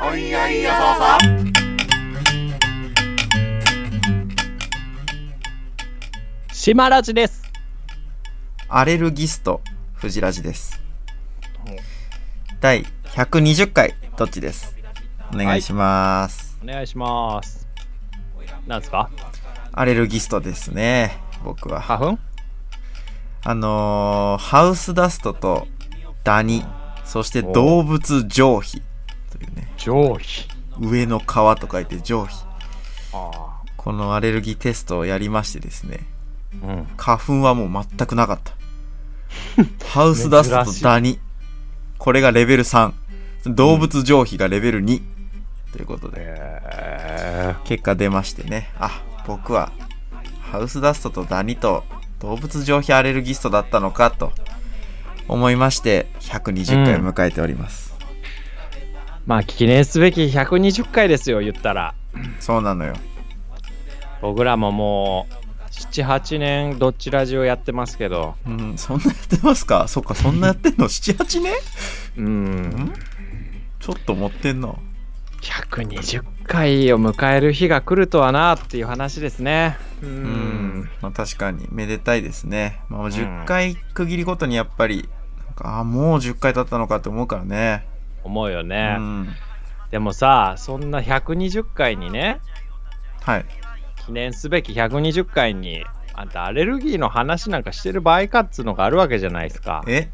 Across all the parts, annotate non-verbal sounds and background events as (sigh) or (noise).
おいおいよそそシマラジです。アレルギスト藤ラジです第120回どっちですお願いします、お願いします。なんですかアレルギストですね僕は花粉あのーハウスダストとダニそして動物上皮というね上皮。上の皮と書いて上皮あこのアレルギーテストをやりましてですねあ。うん。花粉はもう全くなかったハウスダストとダニこれがレベル3動物上皮がレベル2、ということでえ結果出ましてねあ僕はハウスダストとダニと動物上皮アレルギストだったのかと思いまして120回を迎えております、ー。まあ、記念すべき120回ですよ、言ったら。そうなのよ僕らももう、7、8年、どっちラジオやってますけど。うんそんなやってますかそっかそんなやってんの78年うん。ちょっと持ってんな120回を迎える日が来るとはなっていう話ですね。ううんん。、まあ、確かにめでたいですね、まあ、うん10回区切りごとにやっぱりなんかあもう10回経ったのかって思うからね思うようね。んでもさ、そんな120回にね、はい記念すべき120回にあんたアレルギーの話なんかしてる場合かっつうのがあるわけじゃないですかえ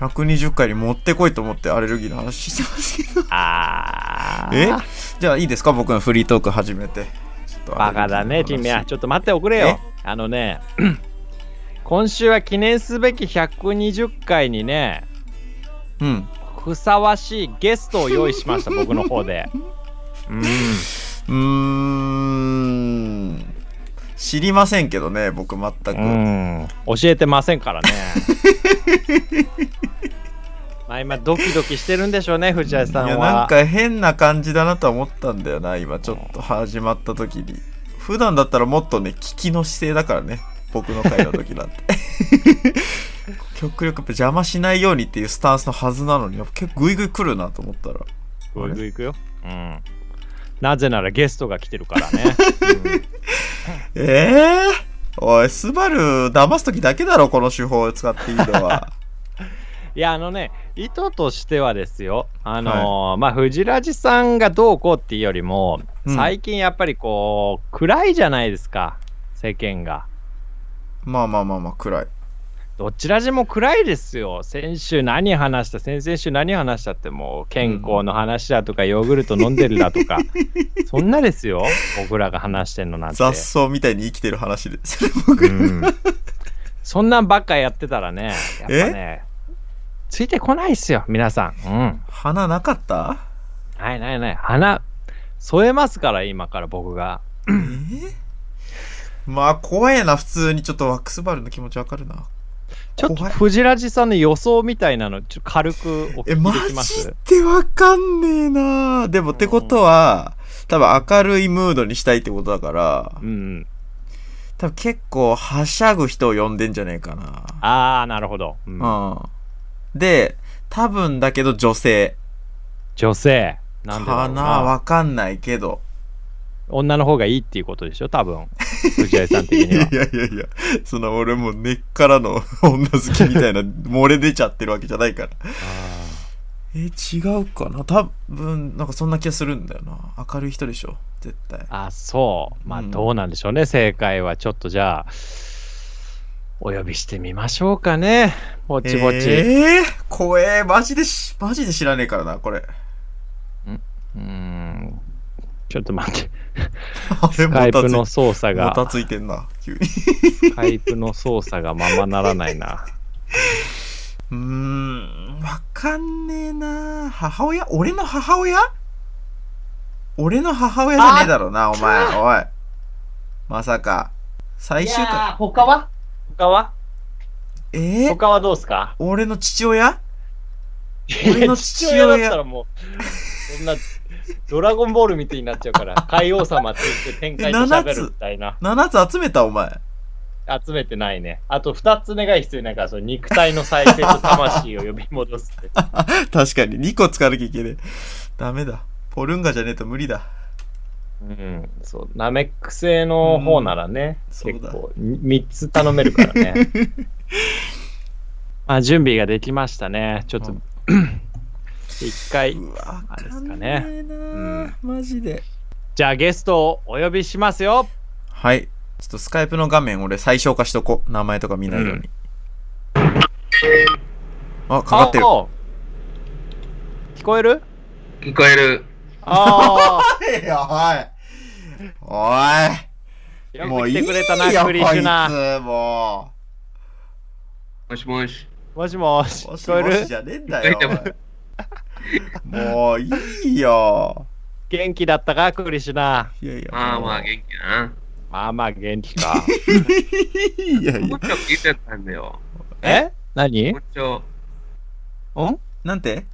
120回に持ってこいと思ってアレルギーの話してますけどあえーじゃあいいですか僕のフリートーク始めてちょっとバカだねアレルギーの話君はちょっと待っておくれよあのね (clears throat) 今週は記念すべき120回にねうんふさわしいゲストを用意しました僕の方でうんうーん知りませんけどね僕全く、うん教えてません (laughs) からねまあ今ドキドキしてるんでしょうね藤井さんいはやなんか変な感じだなとは思ったんだよな今ちょっと始まった時に普段だったらもっとね聞きの姿勢だからね僕の回の時なんて極力やっぱ邪魔しないようにっていうスタンスのはずなのにやっぱ結構グイグイ来るなと思ったらグイグイ行くよ。うん。なぜならゲストが来てるから (laughs) ね。ええおいスバル騙す時だけだろこの手法を使っていいのはいや、あのね、意図としてはですよ、あのーまあ、藤ラジさんがどうこうっていうよりも、うん最近やっぱりこう、暗いじゃないですか、世間が。まあまあまあまあ暗いどちらじも暗いですよ。先週何話した、先々週何話したって、もう健康の話だとか、ヨーグルト飲んでるだと (laughs) か、そんなですよ、僕らが話してんのなんて。雑草みたいに生きてる話で (laughs) それ僕そんなんばっかやってたらね、やっぱね、ついてこないっすよ、皆さん。うん。鼻なかったないないない。花、添えますから、今から僕が。まあ怖えな普通にちょっとワックスバルの気持ちわかるなちょっと、怖い藤ラジさんの予想みたいなの、ちょっと軽くおえ聞マきできジますってわかんねえなでもってことは多分明るいムードにしたいってことだからうん。多分結構はしゃぐ人を呼んでんじゃねえかあー、なるほど。うんなうんで多分だけど女性女性。なんでだろかうななわかんないけど女の方がいいっていうことでしょ、多 (laughs) 分。藤ラジさん的には。やいやいやその俺もう根っからの女好きみたいな漏れ出ちゃってるわけじゃないからえ違うかな多分なんかそんな気がするんだよな明るい人でしょ絶対あー、そう。まあ、うんどうなんでしょうね、正解は。ちょっとじゃあ、お呼びしてみましょうかね。ぼちぼち。ええ怖えマジでしマジで知らねえからなこ (laughs) れうーんちょっと待って、あれスカイプのも操作が、たついてんな急にスカイプの操作がままならないな。うーんわかんねえな母親俺の母親俺の母親じゃねえだろうなお前おいまさか最終回他は他はえー、他はどうすか俺の父親俺俺のの父父親親だったらもう、そんな、ドラゴンボールみたいになっちゃうから、海王様って言って展開と喋るみたいな。 7つ集めたお前集めてないね。あと2つ願い必要ないから、その肉体の再生と魂を呼び戻すって。確かに2個使わなきゃいけねえダメだホルンガじゃねえと無理だ。うん、そうナメック製の方ならね、うん結そう構3つ頼めるから (laughs) ねまあ準備ができましたねちょっと、うん (coughs) 一回うわ、あれっわかすかんねねえなー、マジで。じゃあゲストをお呼びしますよはい。ちょっとスカイプの画面俺最小化しとこう。名前とか見ないように。あ、かかってる。あー聞こえ (laughs) る聞こえる。ああいやおい。おい。よく来てくれたなクリシュナつ、ももしもし。もしもしう。もし聞こえもしるじゃねえんだよ。おいもういいよ。元気だったかクリシュナいやいや。まあまあもう元気だな。まあまあ元気 (laughs) かいやいもやう。ちょ聞いてたんだよ。え何んもうちょ、なんて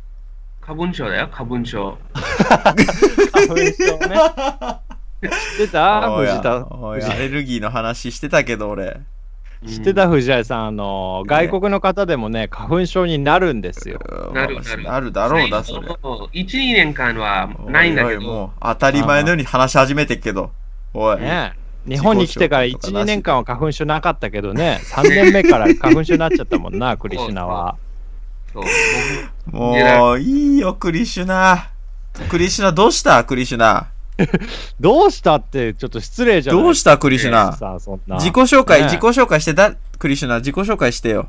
花粉症だよ、花粉症。花粉症ね知ってたおや藤田おいアレルギーの話してたけど俺。知ってた藤井さん、あのー、ね外国の方でもね、花粉症になるんですよ。なるなるなるだろうだ、それ。 1、2年間はないんだけおいおいど、もう当たり前のように話し始めてっけど。おい。ね日本に来てから1、自己紹介とかな2し年間は花粉症なかったけどね、3年目から花粉症になっちゃったもん (laughs) な、クリシナは。そうもういいよ、クリシュナ。クリシュナ、どうしたクリシュナ。どうしたって、ちょっと失礼じゃないどうしたクリシュナ。さあそんな自己紹介、ね自己紹介してだ、クリシュナ、自己紹介してよ。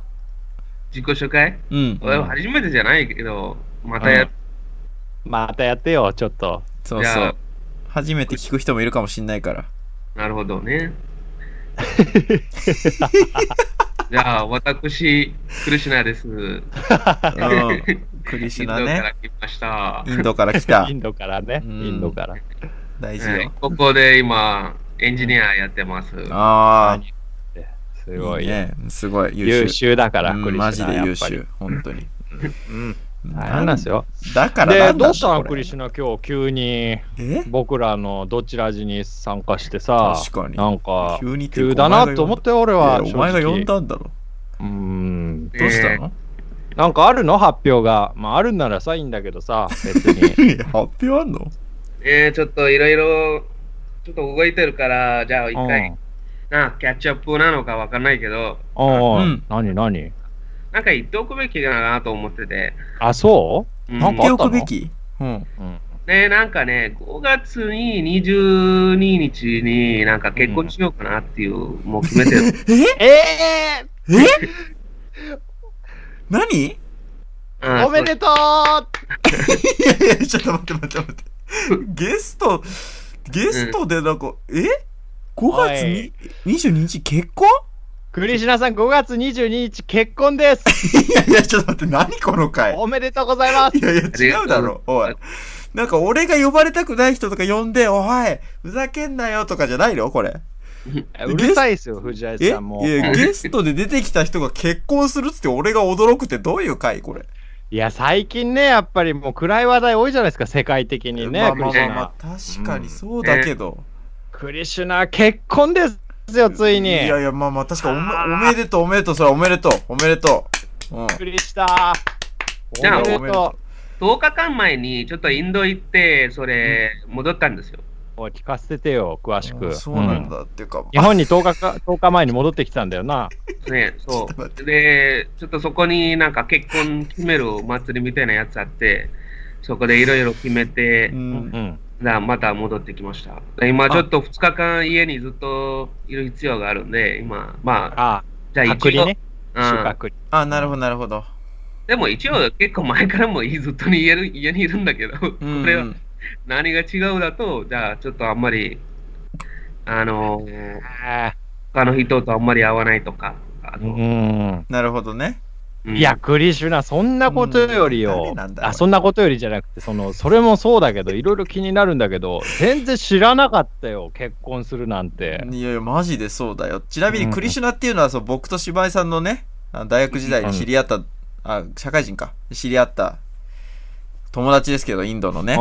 自己紹介うん。俺は初めてじゃないけど、またやる。またやってよ、ちょっと。そうじそゃあう。初めて聞く人もいるかもしんな (laughs) いから。なるほ (laughs) どね。じゃあ、私、クルシナです。うん。クリシュナインドかね。ら来ました。インドから来たイ。ンドからね、イうんンドから。大事はいよ。ここで今、エンジニアやってます。ああ。すごいね。ね。すごい。優秀だから、うんクリシナ。マジで優やっ秀。本当に。ぱり。うん。大な変なんですよ。だからで、なんだどうしたの、これクリシナ、今日急に。え僕らのどちらじに参加してさ、確かになんか、急にっていう急かだなと思って、俺おは。前が呼んだ正いやお前が直呼んだんだろ。うーん。えーどうしたのなんかあるの発表が。まあ、あるんならさ、いいんだけどさ、別 (laughs) に。いや (laughs) 発表あんのえー、ちょっといろいろ、ちょっと動いてるから、じゃあ一うん。回、なキャッチアップなのかわかんないけど、うんうん何、何なんか言っておくべきだなと思ってて。あ、そううんなんか言っておくべきうん。うん。ね、なんかね、5月に22日になんか結婚しようかなっていう、もう決め (laughs) てる。えええ何 (laughs) いうんー、おめでとうやいや、ちょっと待って待って待って。ゲスト、ゲストでなんか、え ?5 月に22日結婚 (laughs) クリシナさん、5月22日結婚ですいやいや、ちょっと待って、何この回おめでとうございます (laughs) いやいや、違うだろ、おい。なんか俺が呼ばれたくない人とか呼んで、おい、ふざけんなよとかじゃないのこれ。うるさいですよ、藤井えいさんもう。や、ゲストで出てきた人が結婚するっつって俺が驚くってどういう回これ。いや、最近ね、やっぱりもう暗い話題多いじゃないですか、世界的にね、まあクまリあシュまあナ。まあ、確かにそうだけど。クリシュナ結婚ですよついにいやいや、まあまあ、確かおあーめおめでとう、おめでとう、それはおめでとう、おめでとう。うん。びっくりしたおじゃあめでおめでとと10日間前にちょっとインド行って、それ、戻ったんですよ。うおい聞かせてよ詳しあくそうなんうだ、っていうか。日本に10日か10日前に戻ってきたんだよなね、そ (laughs) ちょっと待う。で、ちょっとそこになんか結婚決めるお祭りみたいなやつあって、そこでいろいろ決めてうう、。んんだからまた戻ってきました。で今ちょっと2日間家にずっといる必要があるんで、今、まあ、あじゃあ隔一離応、ねう収ん穫あ、なるほど、なるほど。でも一応結構前からもずっとに家に家にいるんだ (laughs) けど、こうん。れは何が違うだと、じゃあちょっとあんまり、あのー、他の人とあんまり会わないとか、あうとんなるほどね。うんいやクリシュナそんなことよりうよん誰なんだあそんなことよりじゃなくてそのそれもそうだけどいろいろ気になるんだけど全然知らなかったよ結婚するなんていやいや、マジでそうだよ。ちなみうに、んクリシュナっていうのは、そう僕と芝居さんのね、あの大学時代に知り合った、あ、社会人か。知り合った友達ですけど、インドのね。う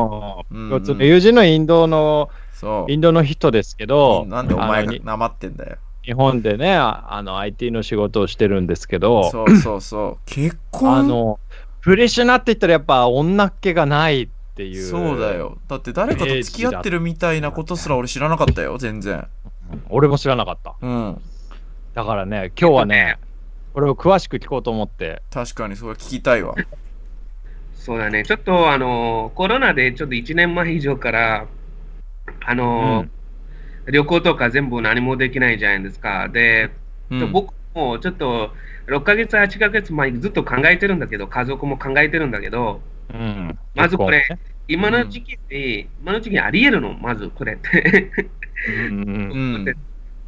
うんん共通の友人のインドのそうイ。ンドの人ですけどなんでおあ前のがになまってんだよ。日本でねああの IT の仕事をしてるんですけどそうそうそう。結婚あの、プレッシュナって言ったらやっぱ女っ気がないっっていう。そうだ。よ。だって誰かと付き合ってるみたいなことすら俺知らなかったよ、全然。俺も知らなかった。うん。だからね、今日は (laughs) ね、これを詳しく聞こうと思って。確かにそれ聞きたいわ。そうだね、ちょっとあのコロナでちょっと1年前以上からあの、旅行とか全部何もできないじゃないですか。で、うん、僕もちょっと6ヶ月、8ヶ月前にずっと考えてるんだけど、家族も考えてるんだけど、うん。まずこれ今うのん時期に、今の時期にありえるの、まずこれって。うんうんうん。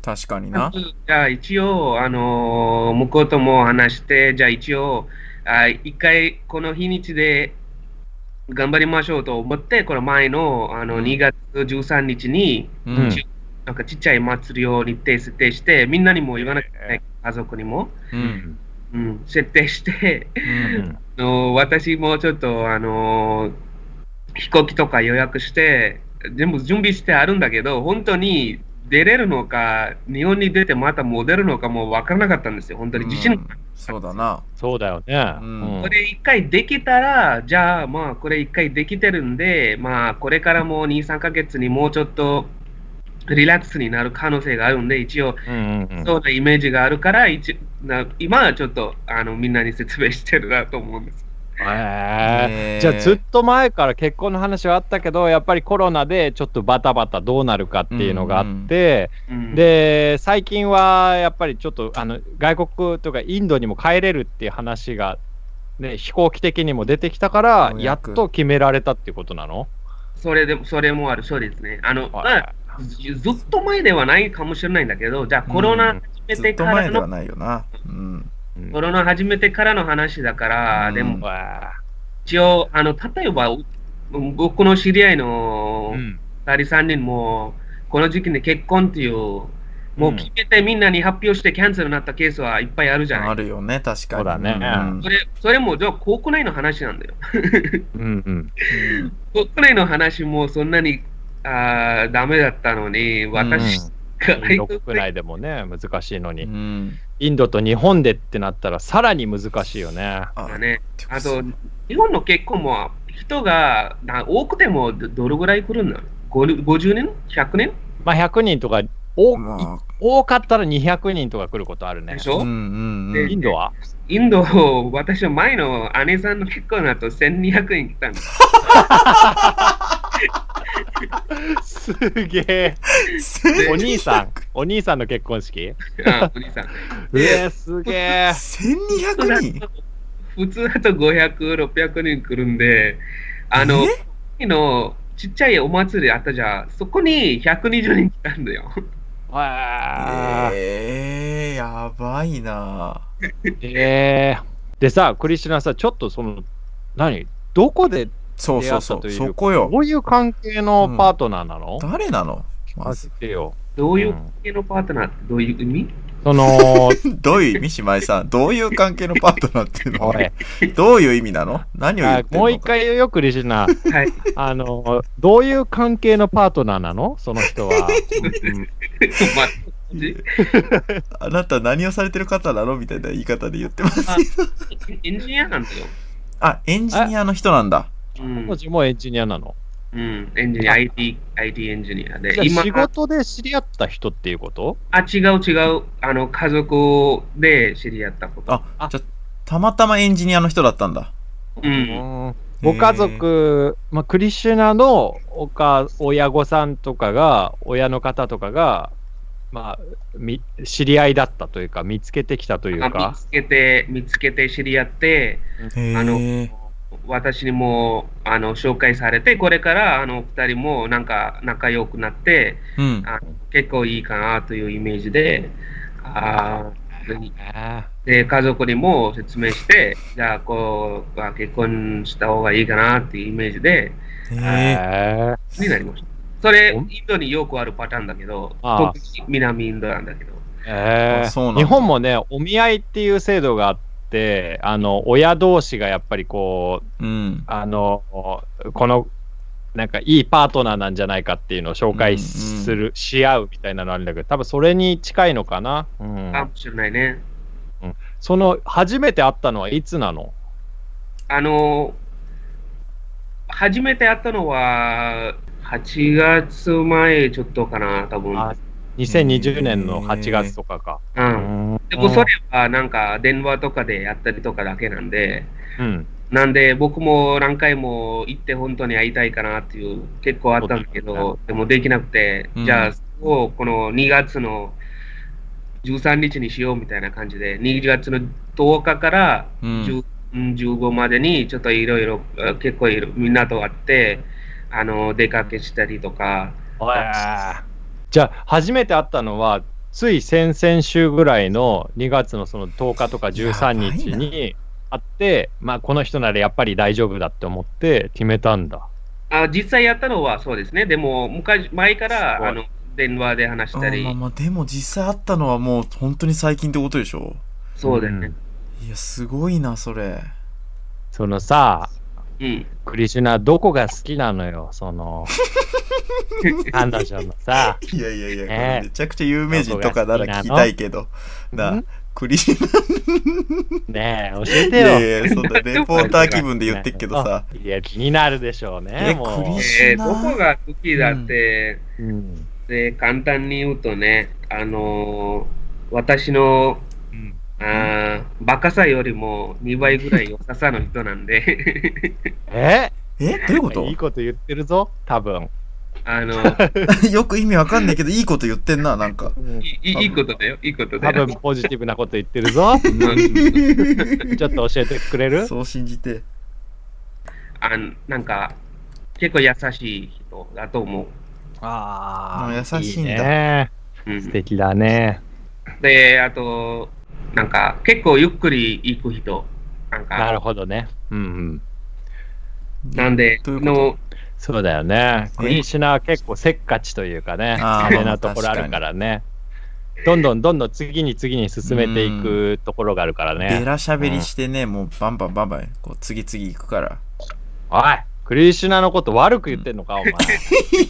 確かにな。まず (laughs) じゃあ一応、あのー向こうとも話して、じゃあ一応、あ一回この日にちで頑張りましょうと思って、この前のあのうん2月13日に、ううんん。なんかちっちゃい祭りを日程設定して、みんなにも言わなきゃいけない、家族にも、う。うんんうん、設定して、うん。あの私もちょっと、あのー飛行機とか予約して、全部準備してあるんだけど、本当に出れるのか、日本に出てまた戻るのかも分からなかったんですよ、本当に自信、うんそうだな。そうだよね。うんこれ一回できたら、じゃあ、まあ、これ一回できてるんで、まあ、これからもう2、3ヶ月にもうちょっとリラックスになる可能性があるんで、一応、うんうんうんそうなイメージがあるから、一な今はちょっとあのみんなに説明してるなと思うんです。へえねえじゃあずっと前から結婚の話はあったけどやっぱりコロナでちょっとバタバタどうなるかっていうのがあって、うん、で最近はやっぱりちょっとあの外国とかインドにも帰れるっていう話が、ね、飛行機的にも出てきたからようややっくと決められたっていうことなの、それでもそれもある、そうですね。あのまあ、はずずっと前ではないかもしれないんだけど、じゃあコロナ始めずってとから前での、はないよな。うん。いうんコロナ始めてからの話だから、うんでもわあ一応、あの例えばう僕の知り合いのうん2人3人も、この時期に結婚っていう、もう決めてみんなに発表してキャンセルになったケースはいっぱいあるじゃなあい。るよね、確かに。そうだねうんそれそれもじゃあ国内の話なんだよ。うんうん国内の話もそんなにあーダメだったのに、私がインド国内でもね難しいのに、うんうん。インドと日本でってなったらさらに難しいよねあだね。てかあと、日本の結婚も人がな多くてもどどれぐらい来るんだろうご ?50 人 ?100 人まあ100人とか多,、ま多かったら200人とか来ることあるねでしあ、ょ、うんうんうでん。インドはインドを、私は前の姉さんの結婚だと1200人来 (laughs) たんです。すげえ。お兄さん、お兄さんの結婚式あお兄さん。うえ、すげえ。 1200人普通だと500、600人来るんで、あの、え昨日ちっちゃいお祭りあったじゃん、そこに120人来たんだよ。わあえー、やばいな。ええでさ、クリシュナさ、ちょっとその、何どこで、そうそう出会ったそとう、いうそこよど。ういう関係のパートナーなの、誰なのまず聞いてよ。どういううん系のパートナーってどういう意味その、どういう意味姉妹さんどういう関係のパートナーっていうのおいどういう意味なの何を言っあてんのもう一回言うよ、クリシュナ。はい。あの、どういう関係のパートナーなのその人は。まあなた何をされてる方なのみたいな言い方で言ってます。エンジニアなんだよ。あ、エンジニアの人なんだ。うんも、ちもエンジニアなの。うん、エンジニア、IT、IT エンジニアでじゃ。あ今仕事で知り合った人っていうことあ、違う違う、あの、家族で知り合ったこと。あ、じゃあたまたまエンジニアの人だったんだ。う、うんんご家族、まあ、クリシュナのおか親御さんとかが、親の方とかが、まあ、み知り合いだったというか、見つけてきたというあ見か、つけて、見つけて知り合って、へーあ私にもあの紹介されて、これからあの二人もなんか仲良くなって、うん。あ結構いいかなというイメージで、あーあで家族にも説明して、じゃあこう、あ結婚した方がいいかなっていうイメージで、へえになりました。それ、おインドによくあるパターンだけど、ああ特に南インドなんだけど。えあそうなんだ日本もね、お見合いっていう制度があって、あの親同士がやっぱりこう、ーうん。あのこのなんかいいパートナーなんじゃないかっていうのを紹介する、し合うみたいなのあるんだけど、多分それに近いのかな。うんかもしれないね。その初めて会ったのはいつなのあの、初めて会ったのは、8月前ちょっとかな、多分。あ2020年の8月とかか。う。うんん。でもそれはなんか電話とかでやったりとかだけなんで、うん。なんで僕も何回も行って本当に会いたいかなっていう結構あったんだけど、でもできなくて、うんじゃあそこをこの2月の13日にしようみたいな感じで、2月の10日からうん10 15までにちょっといろいろ結構いろみんなと会って、あの出かけしたりとか、おいじゃあ、初めて会ったのは、つい先々週ぐらいの2月のその10日とか13日に会って、まあ、この人ならやっぱり大丈夫だって思って決めたんだ。あ実際やったのはそうですね、でも昔前かすごらいあの電話で話したりあーまあ、まあでも実際あったのはもう本当に最近ってことでしょそうだようねん。いやすごいなそれそのさ、うん。クリシュナ、どこが好きなのよ、そ (laughs) の、彼女のさ。いやいやいや、こねれめちゃくちゃ有名人とかなら聞きたいけどなあクリシュねえ、教えてナいよ。やいやそんなレポーター気分で言ってっけど (laughs) さいや、気になるでしょうえね、もクリシえーどこが好きだって、う。うんで簡単に言うとね、あのー私のうんあーバカさよりも2倍ぐらい良ささの人なんで、 (laughs) ええどういうこいいとこと言ってるぞ、多分。あの (laughs) よく意味わかんないけどいいこと言ってんななんかいいいいことだよ、いいことだ多よ分。ポジティブなこと言ってる (laughs) ぞ。 (laughs) ちょっと教えてくれるそう信じてあのなんか結構優しい人だと思う。あもう優あ、しいんだね。うん素敵だね。で、あと、なんか結構ゆっくり行く人。なんなるかほどね。うんうん。なんで、どういうことのそうだよね。えクリシュナは結構せっかちというかね、あー派手なところあるからね。どんどんどんどん次に次に進めていくところがあるからベね。ラしゃべりしてね、もうバンバンバンバンこう次々行くからおい、クリシュナのこと悪く言ってんのか、お前。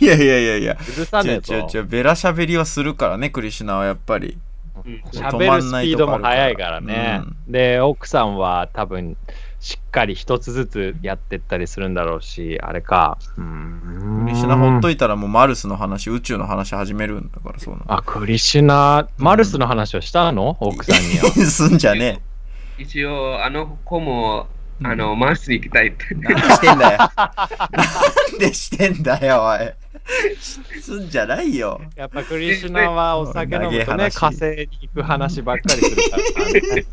いやいやいやいや許さ違ねえう違う違ぞ。うベラしゃべりはするからねクリシュナはやっぱりうん喋るスピードも速いからね。うで、奥さんは多分、しっかり一つずつやってったりするんだろうし、あれか。うーんクリシュナほっといたらもうマルスの話宇宙の話始めるんだからそうなのあ、クリシュナ、マルスの話をしたの、奥さんには。すんじゃね一応、あの子も、あの、マンスに行きたいって。えなんでしてんだよなんでしてんだよおいすんじゃないよやっぱクリシュナはお酒飲むとね、火長い話星に行く話ばっかりするからね。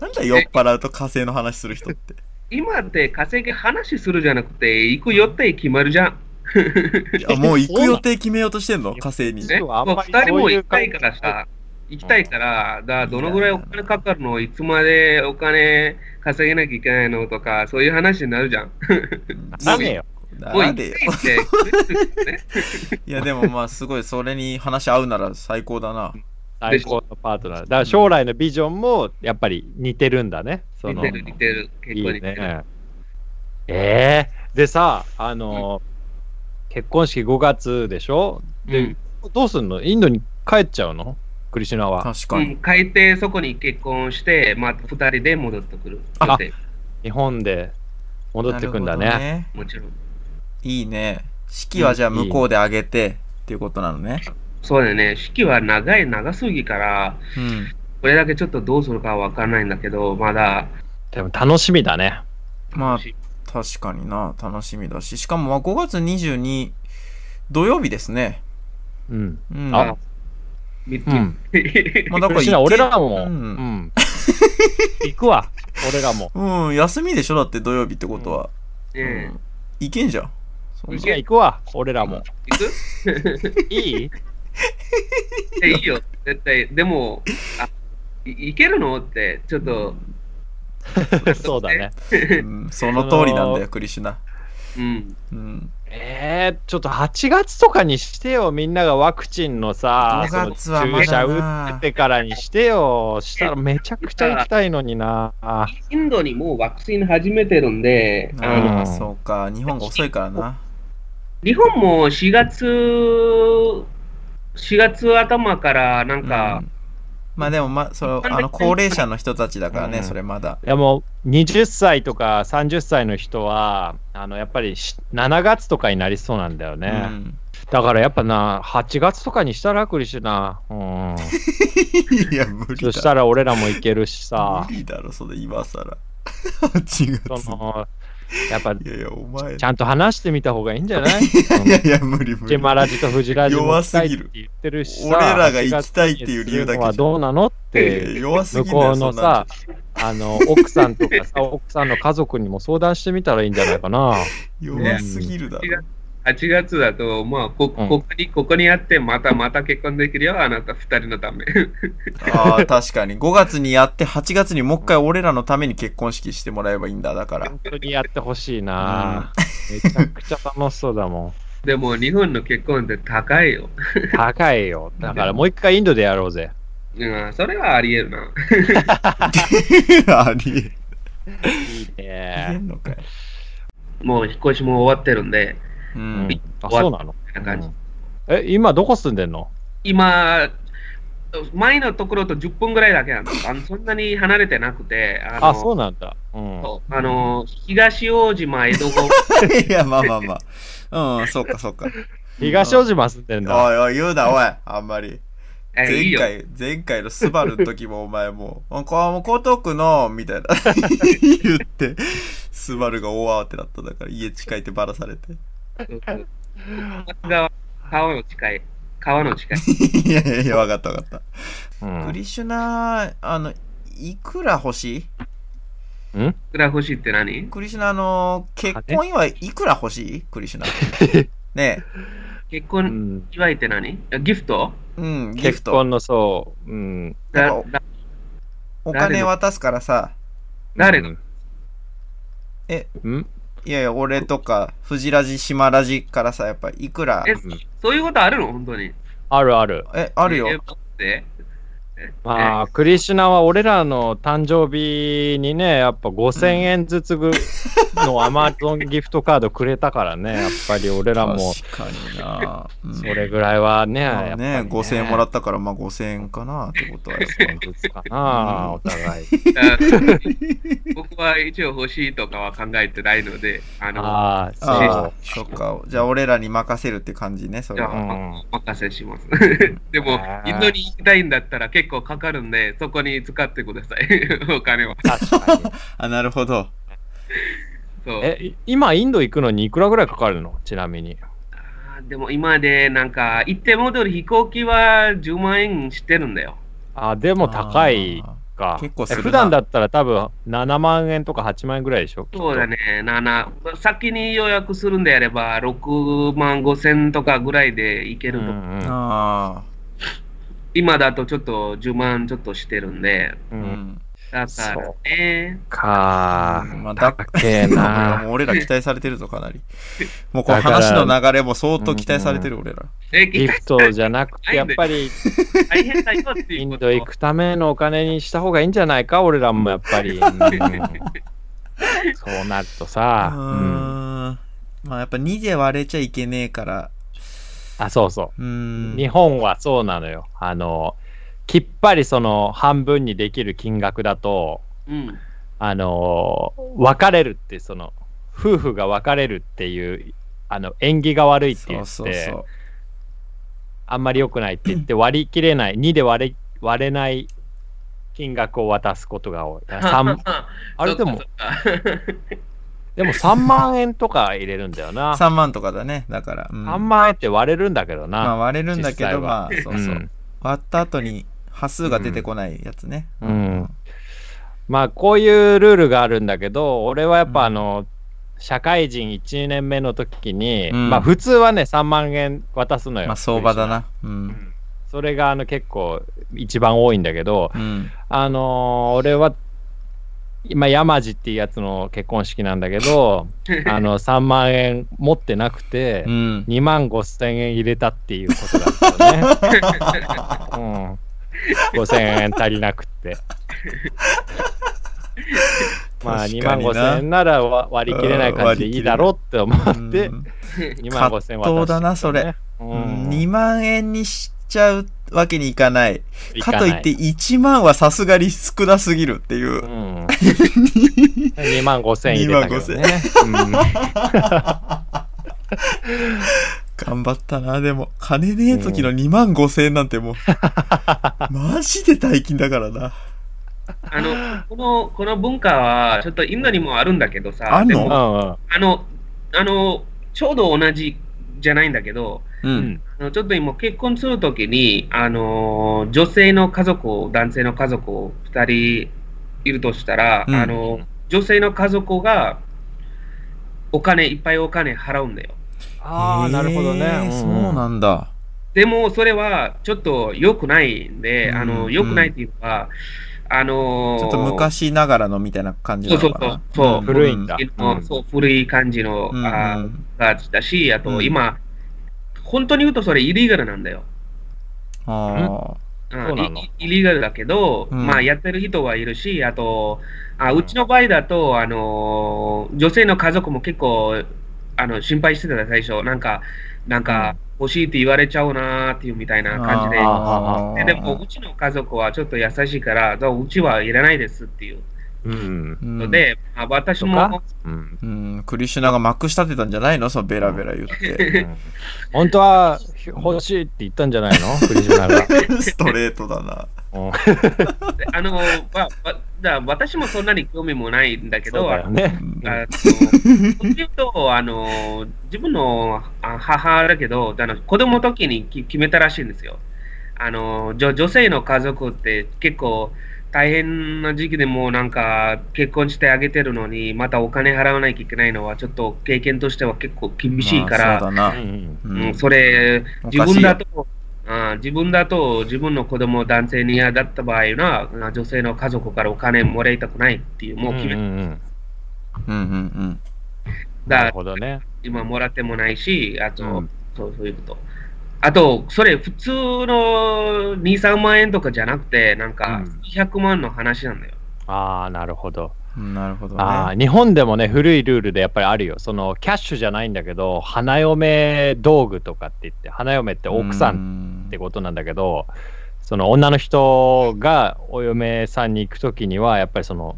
なんだ酔っ払うと火星の話する人って今って稼ぎ話するじゃなくて、行く予定決まるじゃん。いやもう行く予定決めようとしてんの火星にいね、そうもあうんまり二人そもういう行きた感いじからさ、行きたいから、だどのぐらいお金かかるの、いつまでお金稼げなきゃいけないのとか、そういう話になるじゃん。 (laughs) なねえよ。もうな行んできよたい (laughs) って、いやでもまあすごいそれに話合うなら最高だな最高のパートナー。だから将来のビジョンもやっぱり似てるんだね。そ似のてる似てる、結構似てる。ね。えー、でさ、あのー、結婚式5月でしょうんどうすんのインドに帰っちゃうのクリシュナは。確うかにん、帰ってそこに結婚して、また二人で戻ってくる。あ予定日本で戻ってくんだなるほどね。ねもちろん。いいね式はじゃあ向こうであげてっていうことなのねそうだよね、式は長い、長すぎから、うんこれだけちょっとどうするかわかんないんだけど、まだ、でも楽しみだね。まあ確かにな楽しみだししかもまあ5月22土曜日ですねうん。うんあみ (laughs) っちうりん。まあだクかリらシュナ、行け俺らも。う、うんん。行くわ。俺らも。うん休みでしょだって土曜日ってことは、うんね行けんじゃんそん行なじゃあ行くわ。俺らも。行くい (laughs) いえいいよ、絶対。でも、あいいけるのって、ちょっと、そうだね。うんその通りなんだよクリシュナ、うん。うん、えー、ちょっと8月とかにしてよ、みんながワクチンのさ、 5月はまそのだ注な射打ってからにしてよ、したらめちゃくちゃ行きたいのにな。インドにもうワクチン始めてるんで、ああのあうんそうか日本が遅いからな日本も4月、4月頭からなんか、うんまあでも、ま、その、あの、高齢者の人たちだからね、それまだ。いやもう20歳とか30歳の人はあのやっぱりし7月とかになりそうなんだようね、ん。だからやっぱな8月とかにしたら楽にしてな、うん、 (laughs) いや、無理そしだ。たら俺らも行けるし (laughs) さ無理だろ、それ今更。そ8月。のやっぱいちやいや、お前。ゃんと話してみた方がいいんじゃない (laughs) いやいや、無理無ジ理ェ。マラジとフジラジも行弱きすたいっぎてる言ってるしさ俺らが行きたいっていう理由だ8月にするけじゃんのはどうなのっいやて弱す向ぎんだこようのそんなんさあの奥さんとか (laughs) さ奥さんの家族にも相談してみたらいいんじゃないかな弱すぎるだろ。 8月だと、まあ、こうんここに、ここにあって、またまた結婚できるよ、あなた二人のため。 (laughs) ああ、確かに。5月にやって、8月にもう一回俺らのために結婚式してもらえばいいんだ、(laughs) だから。本当にやってほしいな、めちゃくちゃ楽しそうだもんでも、日本の結婚って高いよ。高いよだからもう一回インドでやろうぜうん、それはあり得るな。ありいいえん。言えねんのかい。もう引っ越しも終わってるんで、う。うんんあそうなのみたいな感じ。うんえ今どこ住んでんの今、前のところと10分ぐらいだけなんです。あのそんなに離れてなくて、あのあそうなんだうんそうあの東大島、江戸川 (laughs) いや、まあまあまあ。うん、そっかそっか。東大島住んでんだおいおい、言うな、おい。あんまり。えいい前よ。回、前回のスバルの時もお前もう、あこうもう江東区の、みたいな。言って、スバルが大慌てだっただから、家近いってばらされて。川川の近い。川の近い。いやいやいや、わかったわかった。うんクリシュナ、あの、いくら欲しいうんいくら欲しいって何クリシュナ、あの、結婚祝いいくら欲しいクリシュナ。ね結う婚ん祝いって何ギフトえ、うん、ギフ結ト。婚のそううんだだお金渡すからさ、誰がえうんいやいや、俺とか、藤ラジ、島ラジからさ、やっぱ、いくらえ、そういうことあるの本当に。あるあるえ、あるえよ。。えまあクリシュナは俺らの誕生日にねやっぱ5000円ずつぐ (laughs) のアマゾンギフトカードくれたからねやっぱり俺らも確かにな。うんそれぐらいはねまあやっぱりね、5000円もらっったから、まあ5000円かなってことは。 (laughs) ずつかなお互いあ僕は一応欲しいとかは考えてないので、あ (laughs) の、ああああ、そっか。じゃあ、俺らに任せるって感じね、それそううじは。んお任せします。でもあ、ーインドに行きたいんだったら結構かかるんで、そこに使ってください。お金は。確かにあ、なるほど。そう。えい今インド行くのにいくらぐらいかかるのちなみにあーでも今でなんか行って戻る飛行機は10万円してるんだよ。あでも高いあか結構すえるな普段だったら多分7万円とか8万円ぐらいでしょきっとそうだね、7。先に予約するんであれば、6万5千とかぐらいで行けうるんと、ー。う、あ今だとちょっと10万ちょっとしてるんで、あ。うんうん、ん。だからね、かーまあ、(laughs) だ高えなもう俺ら期待されてるぞ、か (laughs) なり。もうこの話の流れも相当期待されてる、俺ら。えギフトじゃなくて、やっぱり大変だよっていイうこンとド行くためのお金にした方がいいんじゃないか、俺らもやっぱり。うんそうなるとさ、うんあーまあ、やっぱ2で割れちゃいけねえから。あ、そうそうう。ん。日本はそうなのよ。あの、きっぱりその半分にできる金額だと、うん。あの、別れるって、その、夫婦が別れるっていう、あの、縁起が悪いって言そっうて、そうそう。あんまり良くないって言って割り切れない、2で割れ割れない金額を渡すことが (laughs) 多い。3あれでもそっ、かそっかでも3万円とか入れるんだよ (laughs) な。 3万とかだね、だから。うん3万円って割れるんだけどまあな。割れるんだけ実際ど、はまあ、そううそう。ん割った後に、端数が出てこないやつね。うんまあこういうルールがあるんだけど、俺はやっぱあの、社会人1年目の時に、うんまあ普通はね、3万円渡すのよ。まあ、相場だ。な。うん。それがあの結構一番多いんだけど、うん。あのー俺は、今、山路っていうやつの結婚式なんだけ (laughs) ど、あの、3万円持ってなくてう、ん。 2万5千円入れたっていうことだったよね。うん。5千円足りなくって。まあ、確2か万に5千円ならわ割り切れない感じでいいだろうって思っうんて、2万5千円渡した、葛藤だなそれ。ううんん。 2万円にしちゃうわけにいかない。行かなといって、1万はさすがに少なすぎるっていうう。ん。2万5千入れたけどね。頑張ったな、でも。金ねえ時の2万5千円なんて (laughs) もう。マジで大金だからな。 (laughs) あの、この、この文化は、ちょっとインドにもあるんだけどさ、あんのでうもん。うんあの、あの、ちょうど同じじゃないんだけど、うう。ん。あのちょっと今結婚するときに、あの、女性の家族を、男性の家族を2人いるとしたら、うんあの、女性の家族が、お金、いっぱいお金払うんだよ。ああ、なるほどへね。えそうなんだ。でも、それはちょっと良くないんで、うんあの、良くないっていうのは、あの、ちょっと昔ながらのみたいな感じなのかな。そうそうそうそう古いんだうんそう古い感じの、うんあうーんがだし、あうとん今、本当に言うとそれイリーガルなんだよ。あうんそうなのイイリーガルだけど、うんまあやってる人はいるし、あと、あうちの場合だと、あのー女性の家族も結構あの心配してた最初、なんか、なんか欲しいって言われちゃうなーっていうみたいーな感じで。あーででも、うちの家族はちょっと優しいから、どううちはいらないですっていううん。うのん、で、まあ私とも、うん。うん、クリシュナがまくしたてたんじゃないのそのベラベラ言って。本当は欲しいって言ったんじゃない (laughs) のクリジュナが。ストレートだな。うんあのまあまあだ私もそんなに興味もないんだけそうど、だよね。あのこっち言うとあの自分のあ母だけどあの子供の時にき決めたらしいんですよあの女女性の家族って結構大変な時期でもなんか結婚してあげてるのにまたお金払わなきゃいけないのはちょっと経験としては結構 (laughs) 厳しいから、まあそうだな。うんううんん、それおかしい自分だとあー自分だと自分の子供男性にだった場合はあ女性の家族からお金もらいたくないっていうもう決め、んんんうんうんうん。なるだほどね。今もらってもないし、あと、うんそうそういうこと。あと、それ普通の2、3万円とかじゃなくて、なんかうん100万の話なんだよ。ああ、なるほど。うんなるほどね。ああ日本でもね古いルールでやっぱりあるよそのキャッシュじゃないんだけど花嫁道具とかって言って花嫁って奥さんんってことなんだけど、その女の人がお嫁さんに行く時にはやっぱりその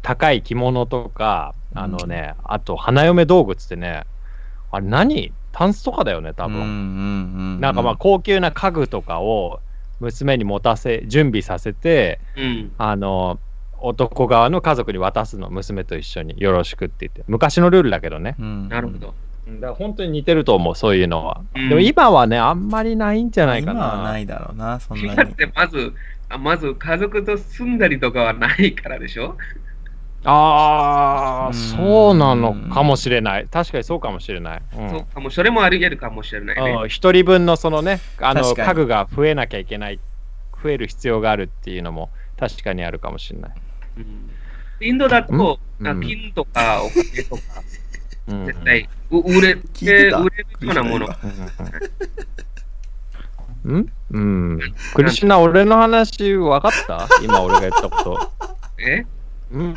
高い着物とかあのね、あと花嫁道具っつってねあれ何タンスとかだよね多分、分なんかまあ高級な家具とかを娘に持たせ準備させてうん。あの男側の家族に渡すの娘と一緒によろしくって言って昔のルールだけどねななるほ。ど。だから本当に似てると思うそういうのは、うんでも今はねあんまりないんじゃないか今はなないだろうな、そんなだっに。てまず、あまず家族と住んだりとかはないからでしょああうんそうなのかもしれない確かにそうかもしれない、うんそうかも、それもあり得るかもしれないね。うん一人分のそのねあの確かに家具が増えなきゃいけない増える必要があるっていうのも確かにあるかもしれない、うんインドだと、うんあ金とかお金とか、うん絶対、う売れ聞いてて、た売れるようなもの。うんうん。クリシュナ、俺の話分かった今俺が言ったこと。えうん。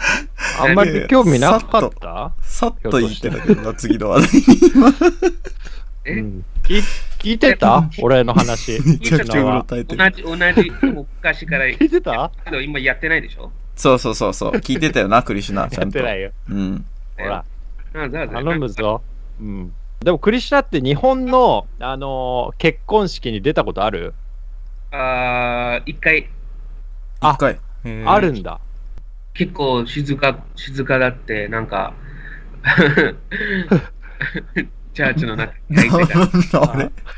あんまり興味なかったさっと言ってたけどな、次の話題。 (laughs) え、うん聞聞いてた俺の (laughs) 話。めちゃくちゃうろたえて同る。じ、同じ、昔から、聞いてたけど今やってないでしょそうそうそうそう。聞いてたよな、クリシュナ、ちゃやっんと。てないよ。うん。ほら、うんそうだね頼むぞ。うん。でもクリシュナって日本の、あのー結婚式に出たことあるあー一回あ一回。へーあるんだ。結構静か静かだってなんか (laughs) チャーチの中に入っ (laughs) てたあ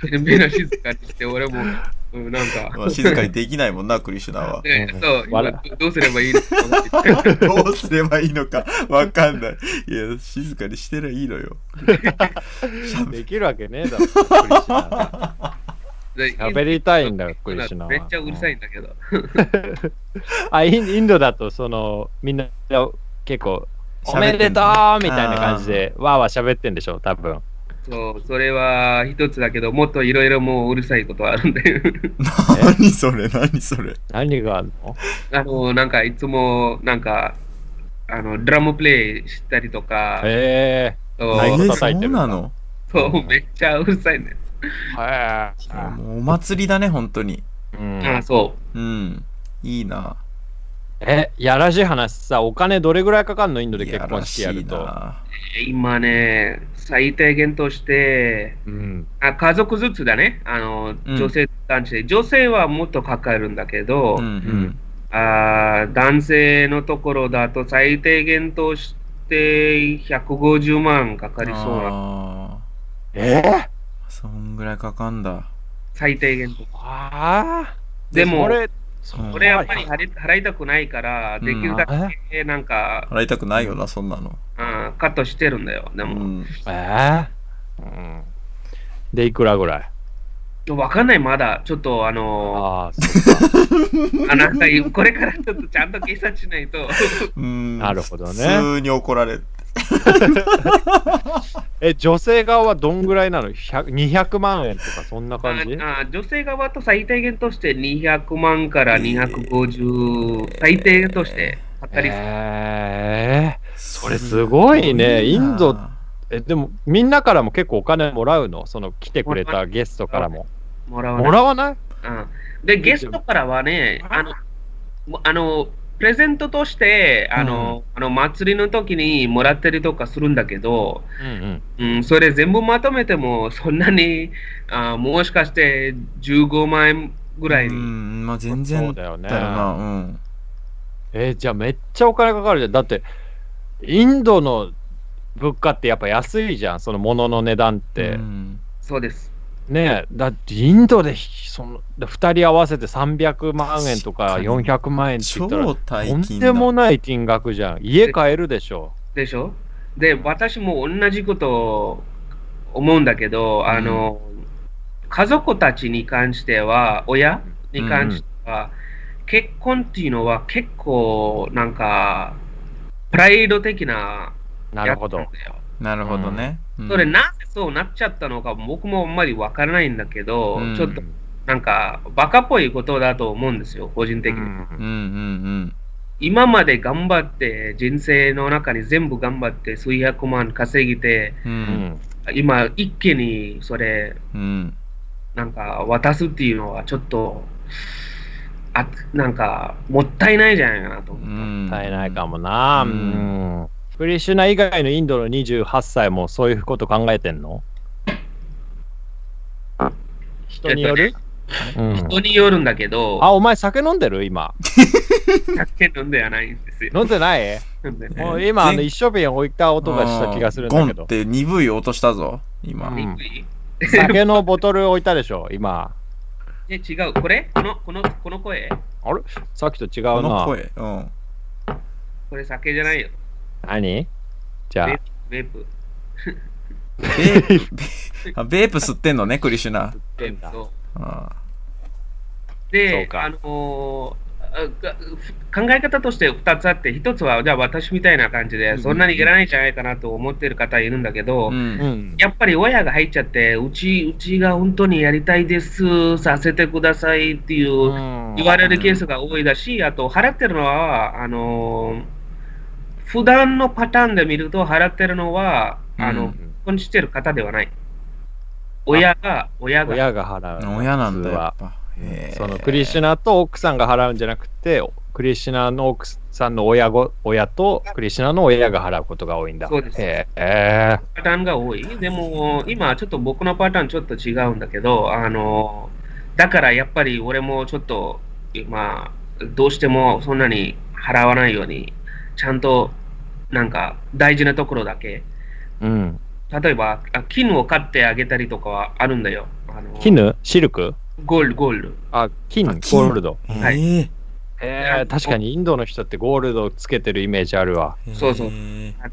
れ目の静かにして俺も、 (laughs) うん、なんか、まあ静かにできないもんな、クリシュナは。ねそう今笑どうすればいいのか思ってどうすればいいのかわかんない。いや、静かにしてりゃいいのよ。できるわけねえだろ、クリシュナが。で喋りたいんだ (laughs) よ、クリシュナは。めっちゃうるさい。いんだけど、あインインドだとそのみんな結構 (laughs) おめでとうみたいな感じでわーわー喋ってんでしょ多分そうそれは一つだけどもっといろいろもううるさいことあるんだよ何それ何それ何があるの (laughs) あのなんかいつもなんかあのドラムプレイしたりとかへえそうない叩いえてそうるなのそうめっちゃうるさいねはいやもうお祭りだね、本当に。うんあそうん。いいな。え、やらしい話さ、お金どれぐらいかかんのインドで結婚式やるいと。らう。今ね、最低限として、うん。あ家族ずつだね。あの、うん女性、男性。女性はもっとかかるんだけど、しいな。うんうん。あー男性のところだと最低限として150万かかりそうな。あえーそんぐらいかかんだ。最低限と。ああ。でもそれ、うんこれやっぱり払い払いたくないから、うんできるだけなんか、払いたくないよな、そんなの。あーカットしてるんだよ。でうも、ん。えーうん。で、いくらぐらいわかんない、まだ。ちょっと、ああのあ、そっかー、あなんかこれからちょっとちゃんと計算しないと。うんなるほどね普通に怒られる。え、女性側はどんぐらいなの100 ?200 万円とかそんな感じああ女性側と最低限として200万から250、最低限としてかかりそうえーそれすごいねインドあえ、でもみんなからも結構お金もらうのその来てくれたゲストからも。もらわないもらわないうんで、ゲストからはね、あの、もあのプレゼントとして、あの、あの祭りの時にもらったりとかするんだけど、うんうん。うん、それ全部まとめても、そんなに、あもしかして15万円ぐらいに、うん、まあ全そう然だだよね。よな。うん。えーじゃあめっちゃお金かかるじゃん。だって、インドの物価ってやっぱ安いじゃん、その物の値段って。うんそうです。ねえ、だってインドでひその2人合わせて300万円とか確かに400万円って言ったら超、大とん金でだ。もない金額じゃん。家買えるでしょ。でしょで、私も同じこと思うんだけど、あの、家族たちに関しては、親に関しては、結婚っていうのは結構、なんか、プライド的ななやるつほなんだどよ。。なるほどね。うんそれなぜそうなっちゃったのか僕もあんまりわからないんだけど、うんちょっとなんかバカっぽいことだと思うんですよ、個人的に。うんうん今まで頑張って、人生の中に全部頑張って、数百万稼ぎて、うん。う。うんん今一気にそれうん。なんか渡すっていうのはちょっとあなんかもったいないじゃないかなとう思って、ん。絶えないかもな、うんうんクリシュナ以外のインドの28歳もそういうこと考えてんの人による、うん人によるんだけどあ、お前酒飲んでる今。酒飲んではないんですよ飲んでないなんでねもう今、あの全一生瓶置いた音がした気がするんだけゴンどっ。て鈍い音したぞ、今。うんびっくり酒のボトル置いたでしょ今。え違うこれこのこのこの声あれさっきと違うこのな。(laughs) 声。うん。これ酒じゃないよ何じゃあベー、プベーベプープ (laughs) あベープ吸ってんのね、クリシュナ。ベんーだプそうあそうでかあのーあが考え方として2つあって1つはじゃあ私みたいな感じでそんなにいらないんじゃないかなと思ってる方いるんだけど、あうんうん。やっぱり親が入っちゃって、うち、うちが本当にやりたいです、させてくださいっていう、言われるケースが多いだし、あと払ってるのは、あのー、普段のパターンで見ると、払ってるのは、あうの、ん結婚してる方ではない。親が、親が、親が払う。親なん普だ通よ。はやっぱへーそのクリシュナと奥さんが払うんじゃなくて、クリシュナの奥さんの親ご親とクリシュナの親が払うことが多いんだ。そうですへえパターンが多い。でも、今、ちょっと僕のパターンちょっと違うんだけど、あのー、だからやっぱり俺もちょっと、まあ、どうしてもそんなに払わないように、ちゃんと、なんか、大事なところだけ。うん。例えば、あ絹を買ってあげたりとかはあるんだよ。あのー絹シルクゴールド、ゴールド。あ、金、ゴあ金ールド。はいへーえー、確かにインドの人ってゴールドつけてるイメージあるわ。そうそうへーあ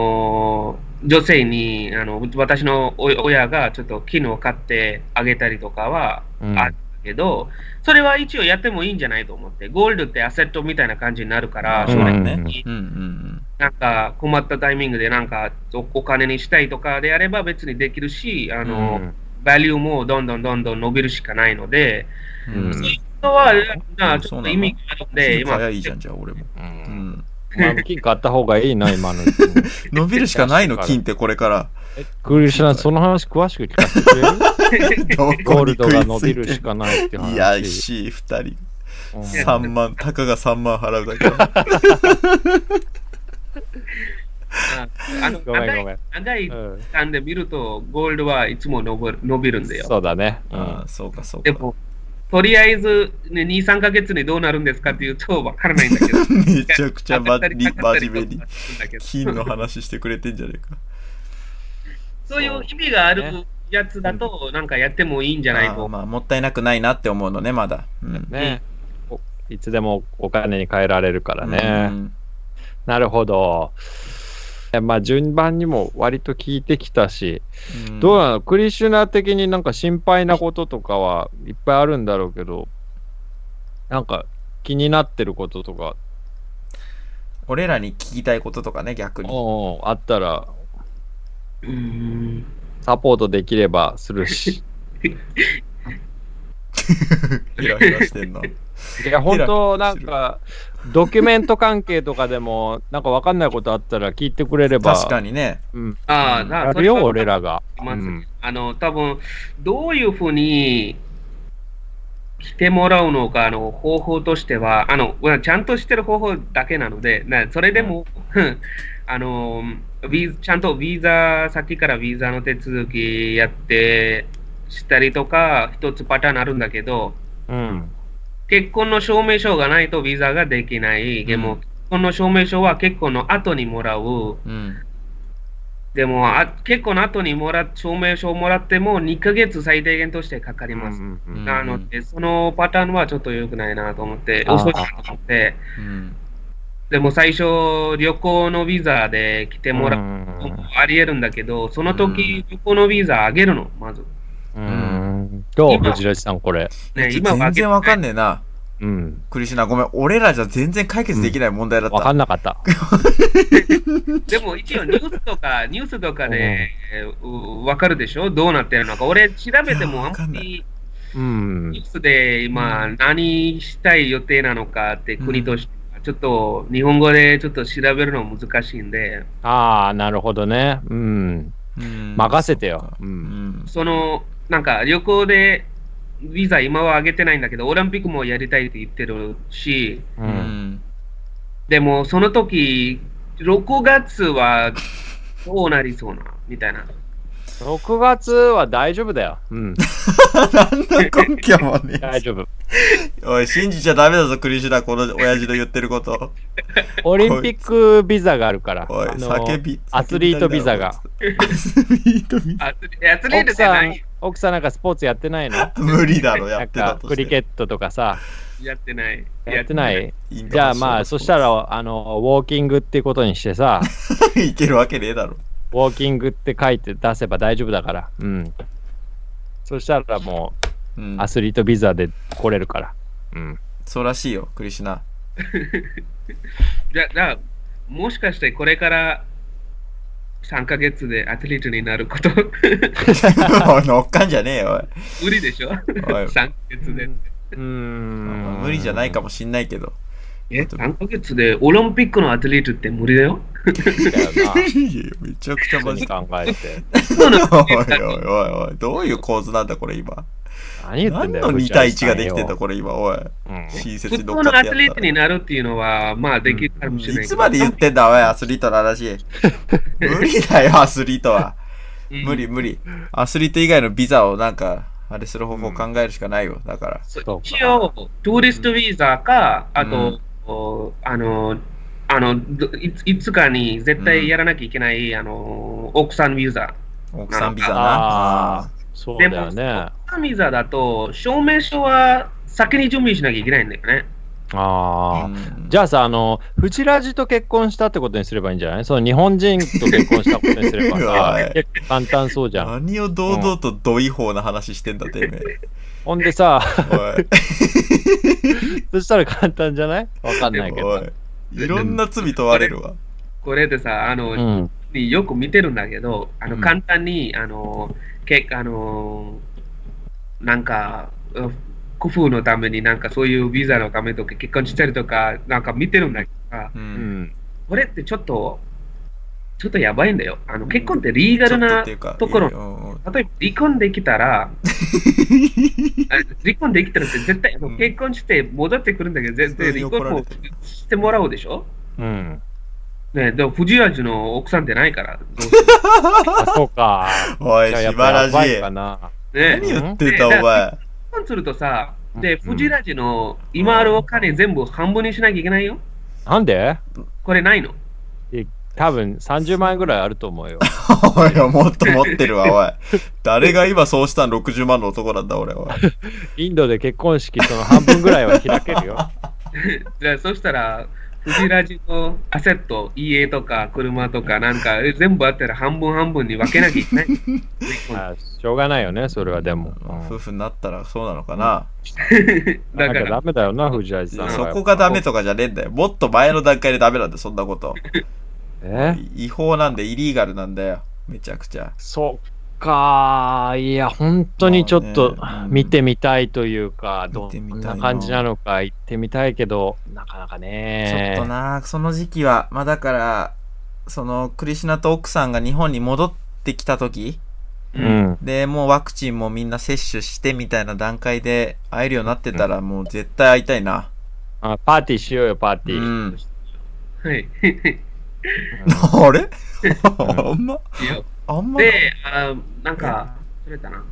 のー女性にあの私のお親がちょっと絹を買ってあげたりとかはうんあるけど、それは一応やってもいいんじゃないと思ってゴールドってアセットみたいな感じになるから、うん将そうだ来よね。にうんうんなんか困ったタイミングでなんかおお金にしたいとかであれば別にできるしああの、バリューもどんどんどんどん伸びるしかないので、うん。うんそれはうんなちょっと意味があるんで今。今早いじゃん、じゃあ俺も。ううんん。お前も金買った方がいいな、今のうちに。 (laughs) 伸びるしかないの、金ってこれから。クリシャン、その話詳しく聞かせてくれるどゴーこルにド食いが伸びるついしてかないってんの話。いや、しい、二人。うん3万、たかが3万払うだけだ。ああのごめん長ごめんい長いうん期間で見ると、ゴールドはいつも伸びる伸びるんだよ。そうだね。うあんーそうか、そうでか。も、とりあえず、ね、2、3ヶ月にどうなるんですかっていうと分からないん (laughs) だけど。めちゃくちゃ当またりり真当たったり面目にとかするんだけど金の話してくれてんじゃねえか。そういう意味があるやつだと、なんかやってもいいんじゃないあーのまあ、もったいなくないなって思うのね、まだ。うん。ねおいつでもお金に換えられるからね。うんなるほど。えまあ、順番にも割と聞いてきたし、うんどうなのクリシュナ的になんか心配なこととかはいっぱいあるんだろうけど、なんか気になってることとか、俺らに聞きたいこととかね、逆に。おうおうあったらうーんサポートできればするし。ヘラヘラしてんの。い (laughs) や、本当なんか、ドキュメント関係とかでも、なんかわかんないことあったら聞いてくれれば、確かにね。うん、ああ、うんだからやそるれよ、は俺らが。まずうんあの、多分どういうふうにしてもらうのか、あの、方法としては、あの、うんちゃんとしてる方法だけなので、なそれでも、 (laughs) あの、ビちゃんとビザ、先からビザの手続きやって、したりとか、一つパターンあるんだけど、うん。結婚の証明書がないとビザができない。でも、うん結婚の証明書は結婚の後にもらう。うん。でも、あ結婚の後にもらっ証明書をもらっても2ヶ月最低限としてかかります。うんうんうんんなので、そのパターンはちょっと良くないなと思って、あー遅いなと思って、うん。でも最初、旅行のビザで来てもらうのもあり得るんだけど、その時、旅行のビザあげるの、まず。うん。どう今藤吉さん、これ。ね、ちょ全然わかんねえな。うん。クリシュナ、ごめん。俺らじゃ全然解決できない問題だっわかた。んなかった。でも一応ニュースとか、ニュースとかで、えーうわかるでしょどうなってるのか。俺、調べていやもあわかんんまないりうんニュ。ースで今、何したい予定なのかって国としては、ちょっと日本語でちょっと調べるの難しいんで、ああ、なるほどね。うん。うん任せてよ。う。うんん。その、なんか旅行で、ビザ今は上げてないんだけど、オリンピックもやりたいって言ってるし、う。うんん。でもその時、6月はどうなりそうな、みたいな。 6月は大丈夫だよ。うん。なんだ根拠もねえ大丈夫。 (laughs) おい、信じちゃダメだぞ、クリシュナ、この親父の言ってること。オリンピックビザがあるから。おい、あの叫び。アスリートビザが。アスリートビザ。アスリアスリート奥じゃさなんい、奥さんなんかスポーツやってないの無理だろ、やなっんてたかとクして。リケットとかさ、やってない。やってない。いいんだじゃあまあ、そした。うら、あの、ウォーキングってことにしてさ、そういけるわけねえだろ。ウォーキングって書いて出せば大丈夫だから。うん。そしたらもう、うんアスリートビザで来れるから。うん。そうらしいよ、クリシュ (laughs) ナ。じゃあ、だからもしかしてこれから3ヶ月でアスリートになること、おい乗っかんじゃねえよ、無理でしょおい。おい ?3 ヶ月で。うーん。無理じゃないかも。もしんないけど。え、3ヶ月でオリンピックのアスリートって無理だよ。いやいやめちゃくちゃマ何ジか。考えて。そうな (laughs) おのいおいおいおい、どういう構図なんだ、これ今。何言って何んだよ。の2対1ができてんだ、ここれ今、おい。うん。親切普通に乗っかのっアてスやっリーたトらに。なるっていうのは、まあできるかもしれないいけど。つまで言ってんだ、おい、アスリートの話。 (laughs) 無理だよ、アスリートは。うん無理無理。アスリート以外のビザをなんか、あれする方法考えるしかないよ。だから。そうそうか一応、トゥーリストビザか、あうんと、おあの、あのどいついつかに絶対やらなきゃいけない、あの奥さんビザ。奥さんビザあなあ。、そうだよでもね。神座だと証明書は先に準備しなきゃいけないんだよね。ああ。じゃゃあさ、あの、フジラジと結婚したってことにすればいいんじゃないその日本人と結婚したことにすれば (laughs) うわさい、結構簡単そうじゃん。何を堂々とど違法な話してんだてめえ。ほんでさ、おい、そしたら簡単じゃないわかんないけおど。 (laughs) い。いろんな罪問われるわ。これでさ、あの、うん。よく見てるんだけど、あのうん簡単に、あの、けあの、なんか、う工夫のために、なんかそういうビザのためとか結婚したりとか、なんか見てるんだけどさ、う。うんん。これってちょっと、ちょっとやばいんだよ。あの結婚ってリーガルちょっなっていうかところいいようんうん例えば離婚でき (laughs) たら、あ離婚できたらって絶対、ん結婚して戻ってくるんだけど、絶対普通に離怒ら婚れもてるしてもらうでしょうん。ねでも藤原の奥さんってないから、どう (laughs) あ、そうか。おい、じゃあしやっばぱらやばしいい。かな。ね何言ってた、お前。結婚するとさ、で、うん藤ラジの今あるお金全部半分にしなきゃいけないよ。なんでこれないの多分30万円ぐらいあると思うよ。おい、もっと持ってるわ、おい。誰が今そうしたん60万の男なんだ、俺は。インドで結婚式その半分ぐらいは開ける (laughs) よ。じゃあそしたら、藤ラジのアセット、家とか車とかなんかえ全部あったら半分半分に分けなきゃいけ (laughs) ない。離婚あしょうがないよね、それはでも。うん夫婦になったらそうなのかな。だなかんからダ、メだよな、藤原さんは。そこがダメとかじゃねえんだよ。もっと前の段階でダメなんだよ、そんな (laughs) こと。え違法なんで、イリーガルなんだよ。めちゃくちゃ。そっかー、いや、本当にちょっとまあねうん見てみたいというか、ど見てみたんいなな感じなのか行ってみたいけど、なかなかちょっねとな、その時期は、まあだから、その、クリシナと奥さんが日本に戻ってきた時う。うんん。で、もうワクチンもみんな接種してみたいな段階で会えるようになってたら、もう絶対会いたいな。 (laughs) あパーティーしようよ、パーうティー。ん。はい。 (laughs) あれ (laughs) あんま、いいよあんま。で、あなんか、それかな。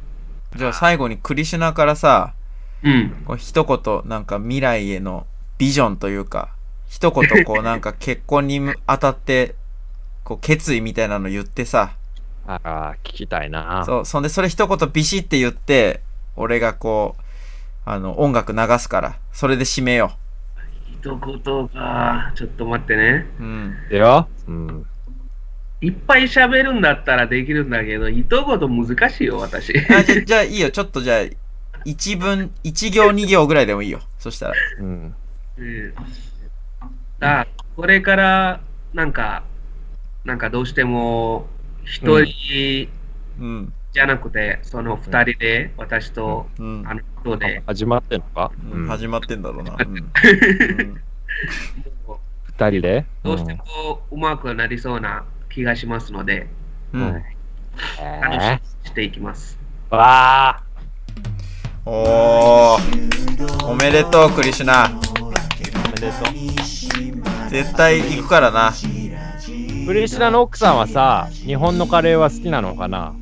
じゃあ最後にクリシュナからさ、うん。こう一言なんか未来へのビジョンというか、一言こうなんか結婚にあたって、こう決意みたいなの言ってさ、ああ、聞きたいな。そう、そんでそれ一言ビシって言って、俺がこう、あの、音楽流すから、それで締めよ一言か。ちょっと待ってね。う。うん。でよ。うん。いっぱい喋るんだったらできるんだけど、一言難しいよ、私。あじゃ、じゃあいいよ、ちょっとじゃあ、一文、一行二行ぐらいでもいいよ。そしたら。うん。うんさあ、これから、なんか、なんかどうしても、一人うん。じゃなくて、その二人で、私と、うんあ。の人で、始まってんのかううんん始まってんだろうな。うんうんもう二人でどうしてもうまくなりそうな気がしますので、ううんん。え楽しーみにしていきます。わあおーおめでとうクリシュナおめでとう。絶対行くからなクリシナの奥さんはさ、日本のカレーは好きなのかな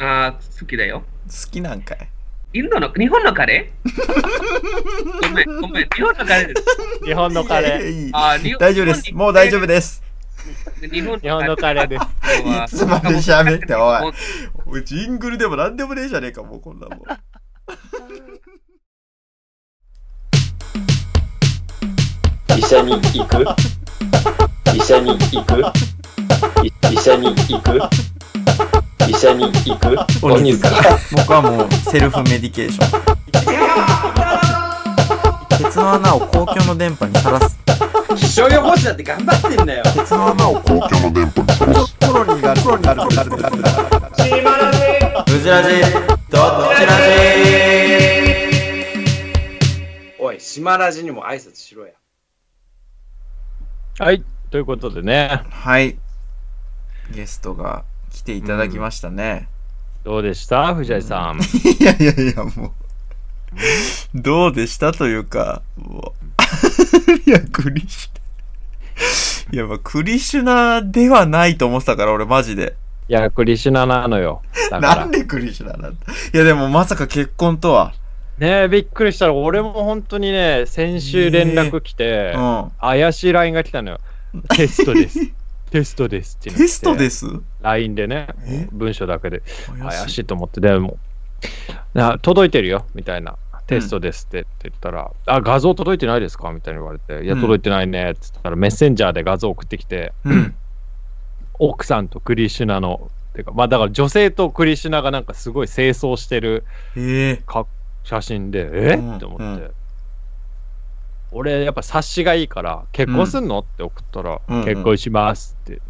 ああ、好きだよ。好きなんかいインドの、日本のカレーごめん、ごめん、日本のカレーです。日本のカレー。いいあー日本大丈夫ですもう大丈夫です日本日本のカレーです。はいつまで喋っておはいおいジングルでも何でもねえじゃねえかもうこんなもん医者に行く医者に行くい医者に行く医者に行く鬼塚僕はもうセルフメディケーション鉄の穴を公共の電波にさらす気象予報士だって頑張ってんだよ鉄の穴を公共の電波にさらすコロニーがあるコロニーがあるコロニーがあるブジラジどっちラジおい島ラジにも挨拶しろやはい。ということでね、はい。ゲストが来ていただきましたね。どうでした藤井さん。いやいやいや、もう。どうでしたというか、もう。い (laughs) や、クリシュナ。いや、まあ、クリシュナではないと思ってたから、俺マジで。いや、クリシュナなのよ。だかなら。んねでクリシュナなんだいや、でもまさか結婚とは。えびっくりしたら、俺も本当にね、先週連絡来て、うん。怪しい LINE が来たのよ。テストです。テストですって。テストですす LINE でねえ、文章だけで。怪い。しいと思って、でも、な届いてるよ、みたいな。テストですってって言ったら、あ、画像届いてないですかみたいに言われて、いや、うん届いてないねって言ったら、メッセンジャーで画像送ってきて、うん。奥さんとクリシュナの、てか、まあだから女性とクリシュナがなんかすごい清掃してるええか写真で、えうんって思って、うん俺やっぱ察しがいいから、結婚すんの、って送ったら、うんうん結婚します (laughs) って。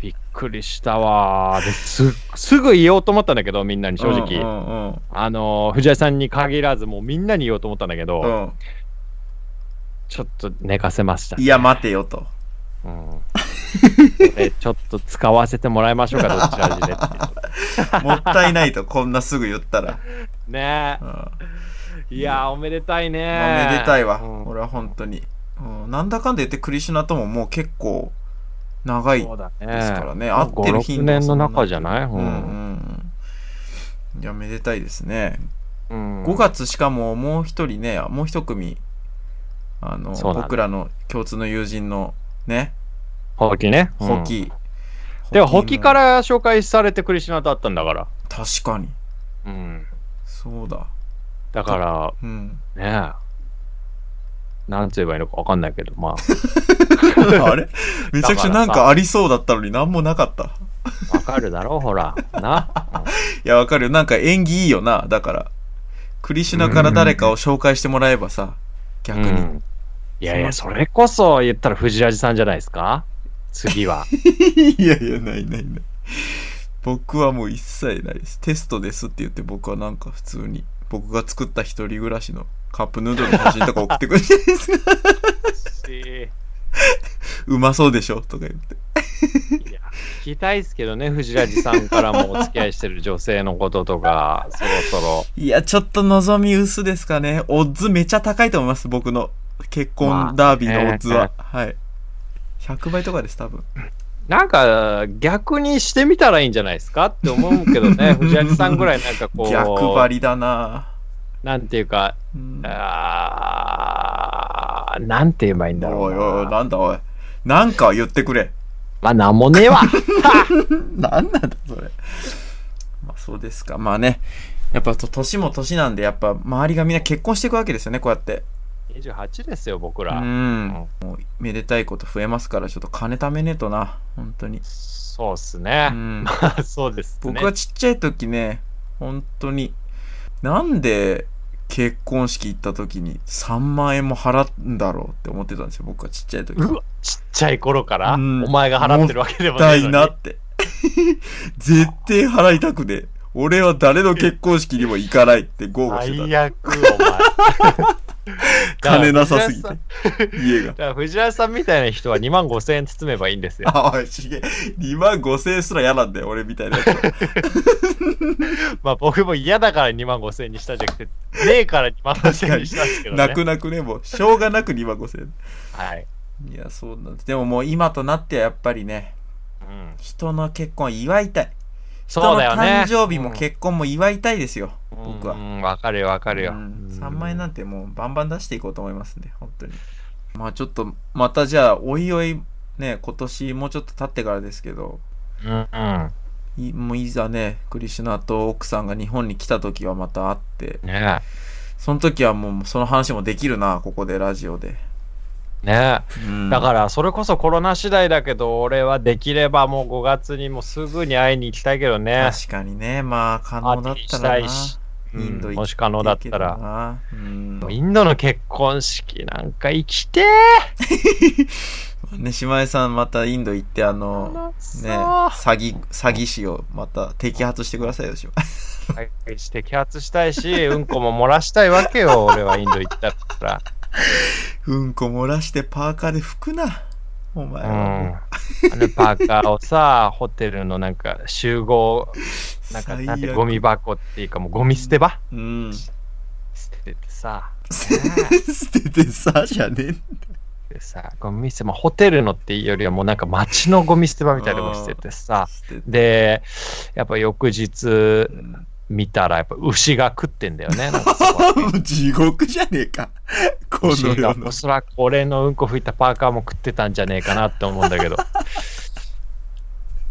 びっくりしたわーです。すぐ言おうと思ったんだけど、みんなに正直。うんうんあのー藤井さんに限らず、もうみんなに言おうと思ったんだけど、うん。うん。ちょっと寝かせました。いや、待てよと。うん、これちょっと使わせてもらいましょうか、どっちらじでってもったいないと、こんなすぐ言ったら。いう。ねうんえ。いやー、おめでたいねまあめでたいわ、うん俺は本当に、うん、なんだかんだ言ってクリシュナとももう結構長いそうだね。ですからね、合あってる頻5、6度も年そのんな中じゃない、うんううんうんいやめでたいですね、うん5月しかももう一人ねもう一組あの、そうだね僕らの共通の友人のねホッキね。うんホキ、でも、ホキかのら紹介されてクリシュナと会ったんだから。確かにうん。そうだだか (laughs) うん、ら、ねえ。なんて言えばいいのかわかんないけど、まあ、あれめちゃくちゃなんだからかありそうだったのになんもなかった (laughs) わかるだろう、ほら。な。いや、わかるよ。なんか演技いいよな。だから。クリシュナから誰かを紹介してもらえばさ、う逆んに。いやいや、それこそ言ったら藤ラジさんじゃないですか次 (laughs) は。 (laughs) いやいや、ないないない。僕はもう一切ないです。テストですって言って僕はなんか普通に、僕が作った一人暮らしのカップヌードルの写真とか送って (laughs) くるじゃないですか。うまそうでしょとか言って。いや聞きたいですけどね、藤ラジさんからもお付き合いしてる女性のこととか、そろそろ。いや、ちょっと望み薄ですかね。オッズめちゃ高いと思います。僕の結婚ダービーのオッズは。はい。100倍とかです、多分。なんか、逆にしてみたらいいんじゃないですかって思うけど (laughs) ね、藤ラジさんぐらいなんかこう、逆張りだななんていうか、うんあーなんて言えばいいんだろおういな。おいおい、なんだおい。なんか言ってくれ。まあ、なんもねえわ。なんなんだ、それ。まあ、そうですか。まあね。やっぱ、と年も年なんで、やっぱ、周りがみんな結婚していくわけですよね、こうやって。 28ですよ、僕うら。ん。もう、めでたいこと増えますから、ちょっと金貯めねえとな。本当に。そうっすうね。ん。 (laughs) そうですね。僕はちっちゃい時ね、本当に、なんで、結婚式行った時に3万円も払うんだろうって思ってたんですよ、僕はちっちゃい時。うわ、ちっちゃい頃から、うんお前が払ってるわけでもな絶いの対に。な (laughs) って。絶対払いたくねえ。俺は誰の結婚式にも行かないって豪語して最た。悪、お前。 (laughs) 金なさすぎてだか。 (laughs) 家が。ら藤原さんみたいな人は2万5千円包めばいいんですよ。あ、おい、しげ。2万5千円すら嫌なんだよ、俺みたいなやつ。まあ僕も嫌だから2万5千円にしたじゃなくて、ねえから2万5千円にしたんですけどね。泣く泣くね、もう。しょうがなく2万5千はい。円。いや、そうなんです。でももう今となってはやっぱりね、うん、人の結婚は祝いたい。人そうのだよね誕。生日も結婚も祝いたいですよ。僕はうん、わかるよわかるよ。 3万円なんんてもうバンバン出していこうと思いますね本当にまあちょっとまたじゃあおいおいね今年もうちょっと経ってからですけどうんうん。いもういざねクリシュナと奥さんが日本に来た時はまた会ってねその時はもうその話もできるなここでラジオで、え。ねえ。だからら、それこそコロナ次第だけど、俺はできればもう5月にもすぐに会いに行きたいけどね。確かにねまあ可パ能だーっティーたしたらいなし、うんインド行ってもし可能だったら。らうんもうインドの結婚式なんか生きてね島井さんまたインド行ってあーの楽しそうね詐欺詐欺師をまた摘発してくださいよ島井はいして揮発したいし、 (laughs) うんこも漏らしたいわけよ、俺はインド行ったかうんこ漏らしてパーカーで拭くな。お前ら。うはんもう。あのパーカーをさ、ホテルのなんか集合、なんか最なんて悪ゴミ箱っていうかもうゴミ捨て場うん。捨ててさ、捨ててさ、じゃねえんだ。でさ、ゴミ捨て、まあ、ホテルのっていうよりはもうなんか街のゴミ捨て場みたいなのも捨ててさ、捨てて。で、やっぱ翌日うん見たらやっぱ牛が食ってんだよね、なんかそ (laughs) こはねもう地獄じゃねえか。この牛が世のお。そらく俺のうんこ吹いたパーカーも食ってたんじゃねえかなって思うんだけ (laughs) ど。ね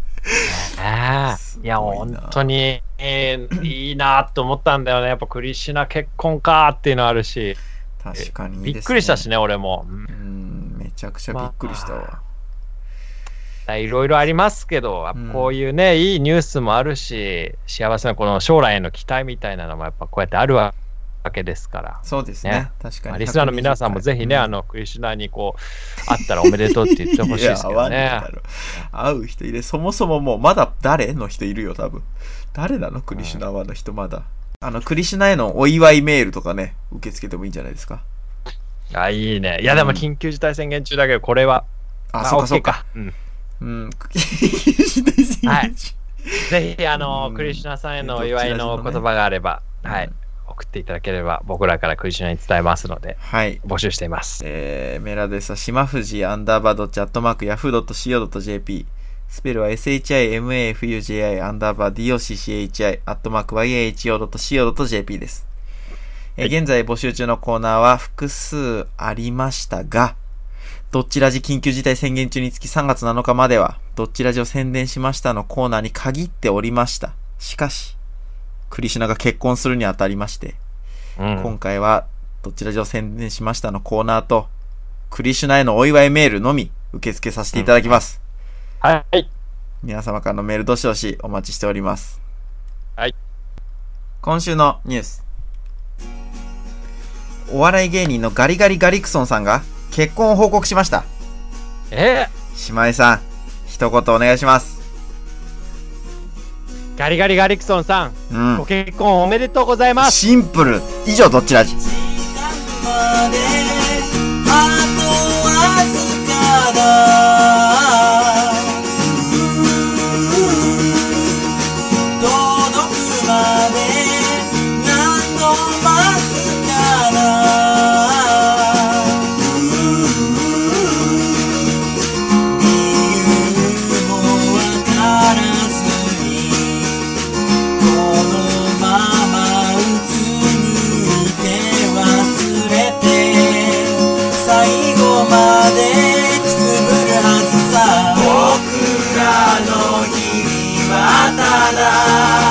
えいすごいなや本当に、えーいいなと思ったんだよねやっぱクリシュナ結婚かっていうのあるし確かにいいですびねっくりしたし。ね俺もうんうん、めちゃくちゃびっくりしたわ。いろいろありますけどやっぱこういうね、いいニュースもあるし幸せなこの将来への期待みたいなのもやっぱこうやってあるわけですからそうですねね。確かまあに。リスナーの皆さんもぜひね、うんあ、のクリシュナにこう会ったらおめでとうって言ってほしいですけどいやね合わねえだろ会う人いる。そもそももう、まだ誰の人いるよ、多分。誰なのクリシュナはの人まだ。あの、クリシュナへのお祝いメールとかね、受け付けてもいいんじゃないですか。あ、いいね。いや、でも緊急事態宣言中だけど、これは。あ、まそうかそう OK か。。うん (laughs) うん。してすぎるはいぜひ、あのう、んクリシュナさんへのお祝いの言葉があれば、どちらでもねはいうん。送っていただければ、僕らからクリシュナに伝えますので、はい。募集しています。えー、メールアドレスは、しまふじアンダーバードッチアットマーク、ヤフー .co.jp。スペルは shimafuji アンダーバー docchi アットマーク yaho.co.jp です。えー現在募集中のコーナーは複数ありましたが、どっちラジ緊急事態宣言中につき3月7日までは、どっちラジを宣伝しましたのコーナーに限っておりました。しかし、クリシュナが結婚するにあたりまして、うん。今回は、どちら上宣伝しましたのコーナーと、クリシュナへのお祝いメールのみ、受け付けさせていただきます。はい。皆様からのメールどしどしお待ちしております。はい。今週のニュース。お笑い芸人のガリガリガリクソンさんが結婚を報告しました。え姉妹さん、一言お願いします。ーガリガリガリクソンさん、うんご。結婚おめでとうございます。シンプル。以上、どっちラジ。僕らの日々はただ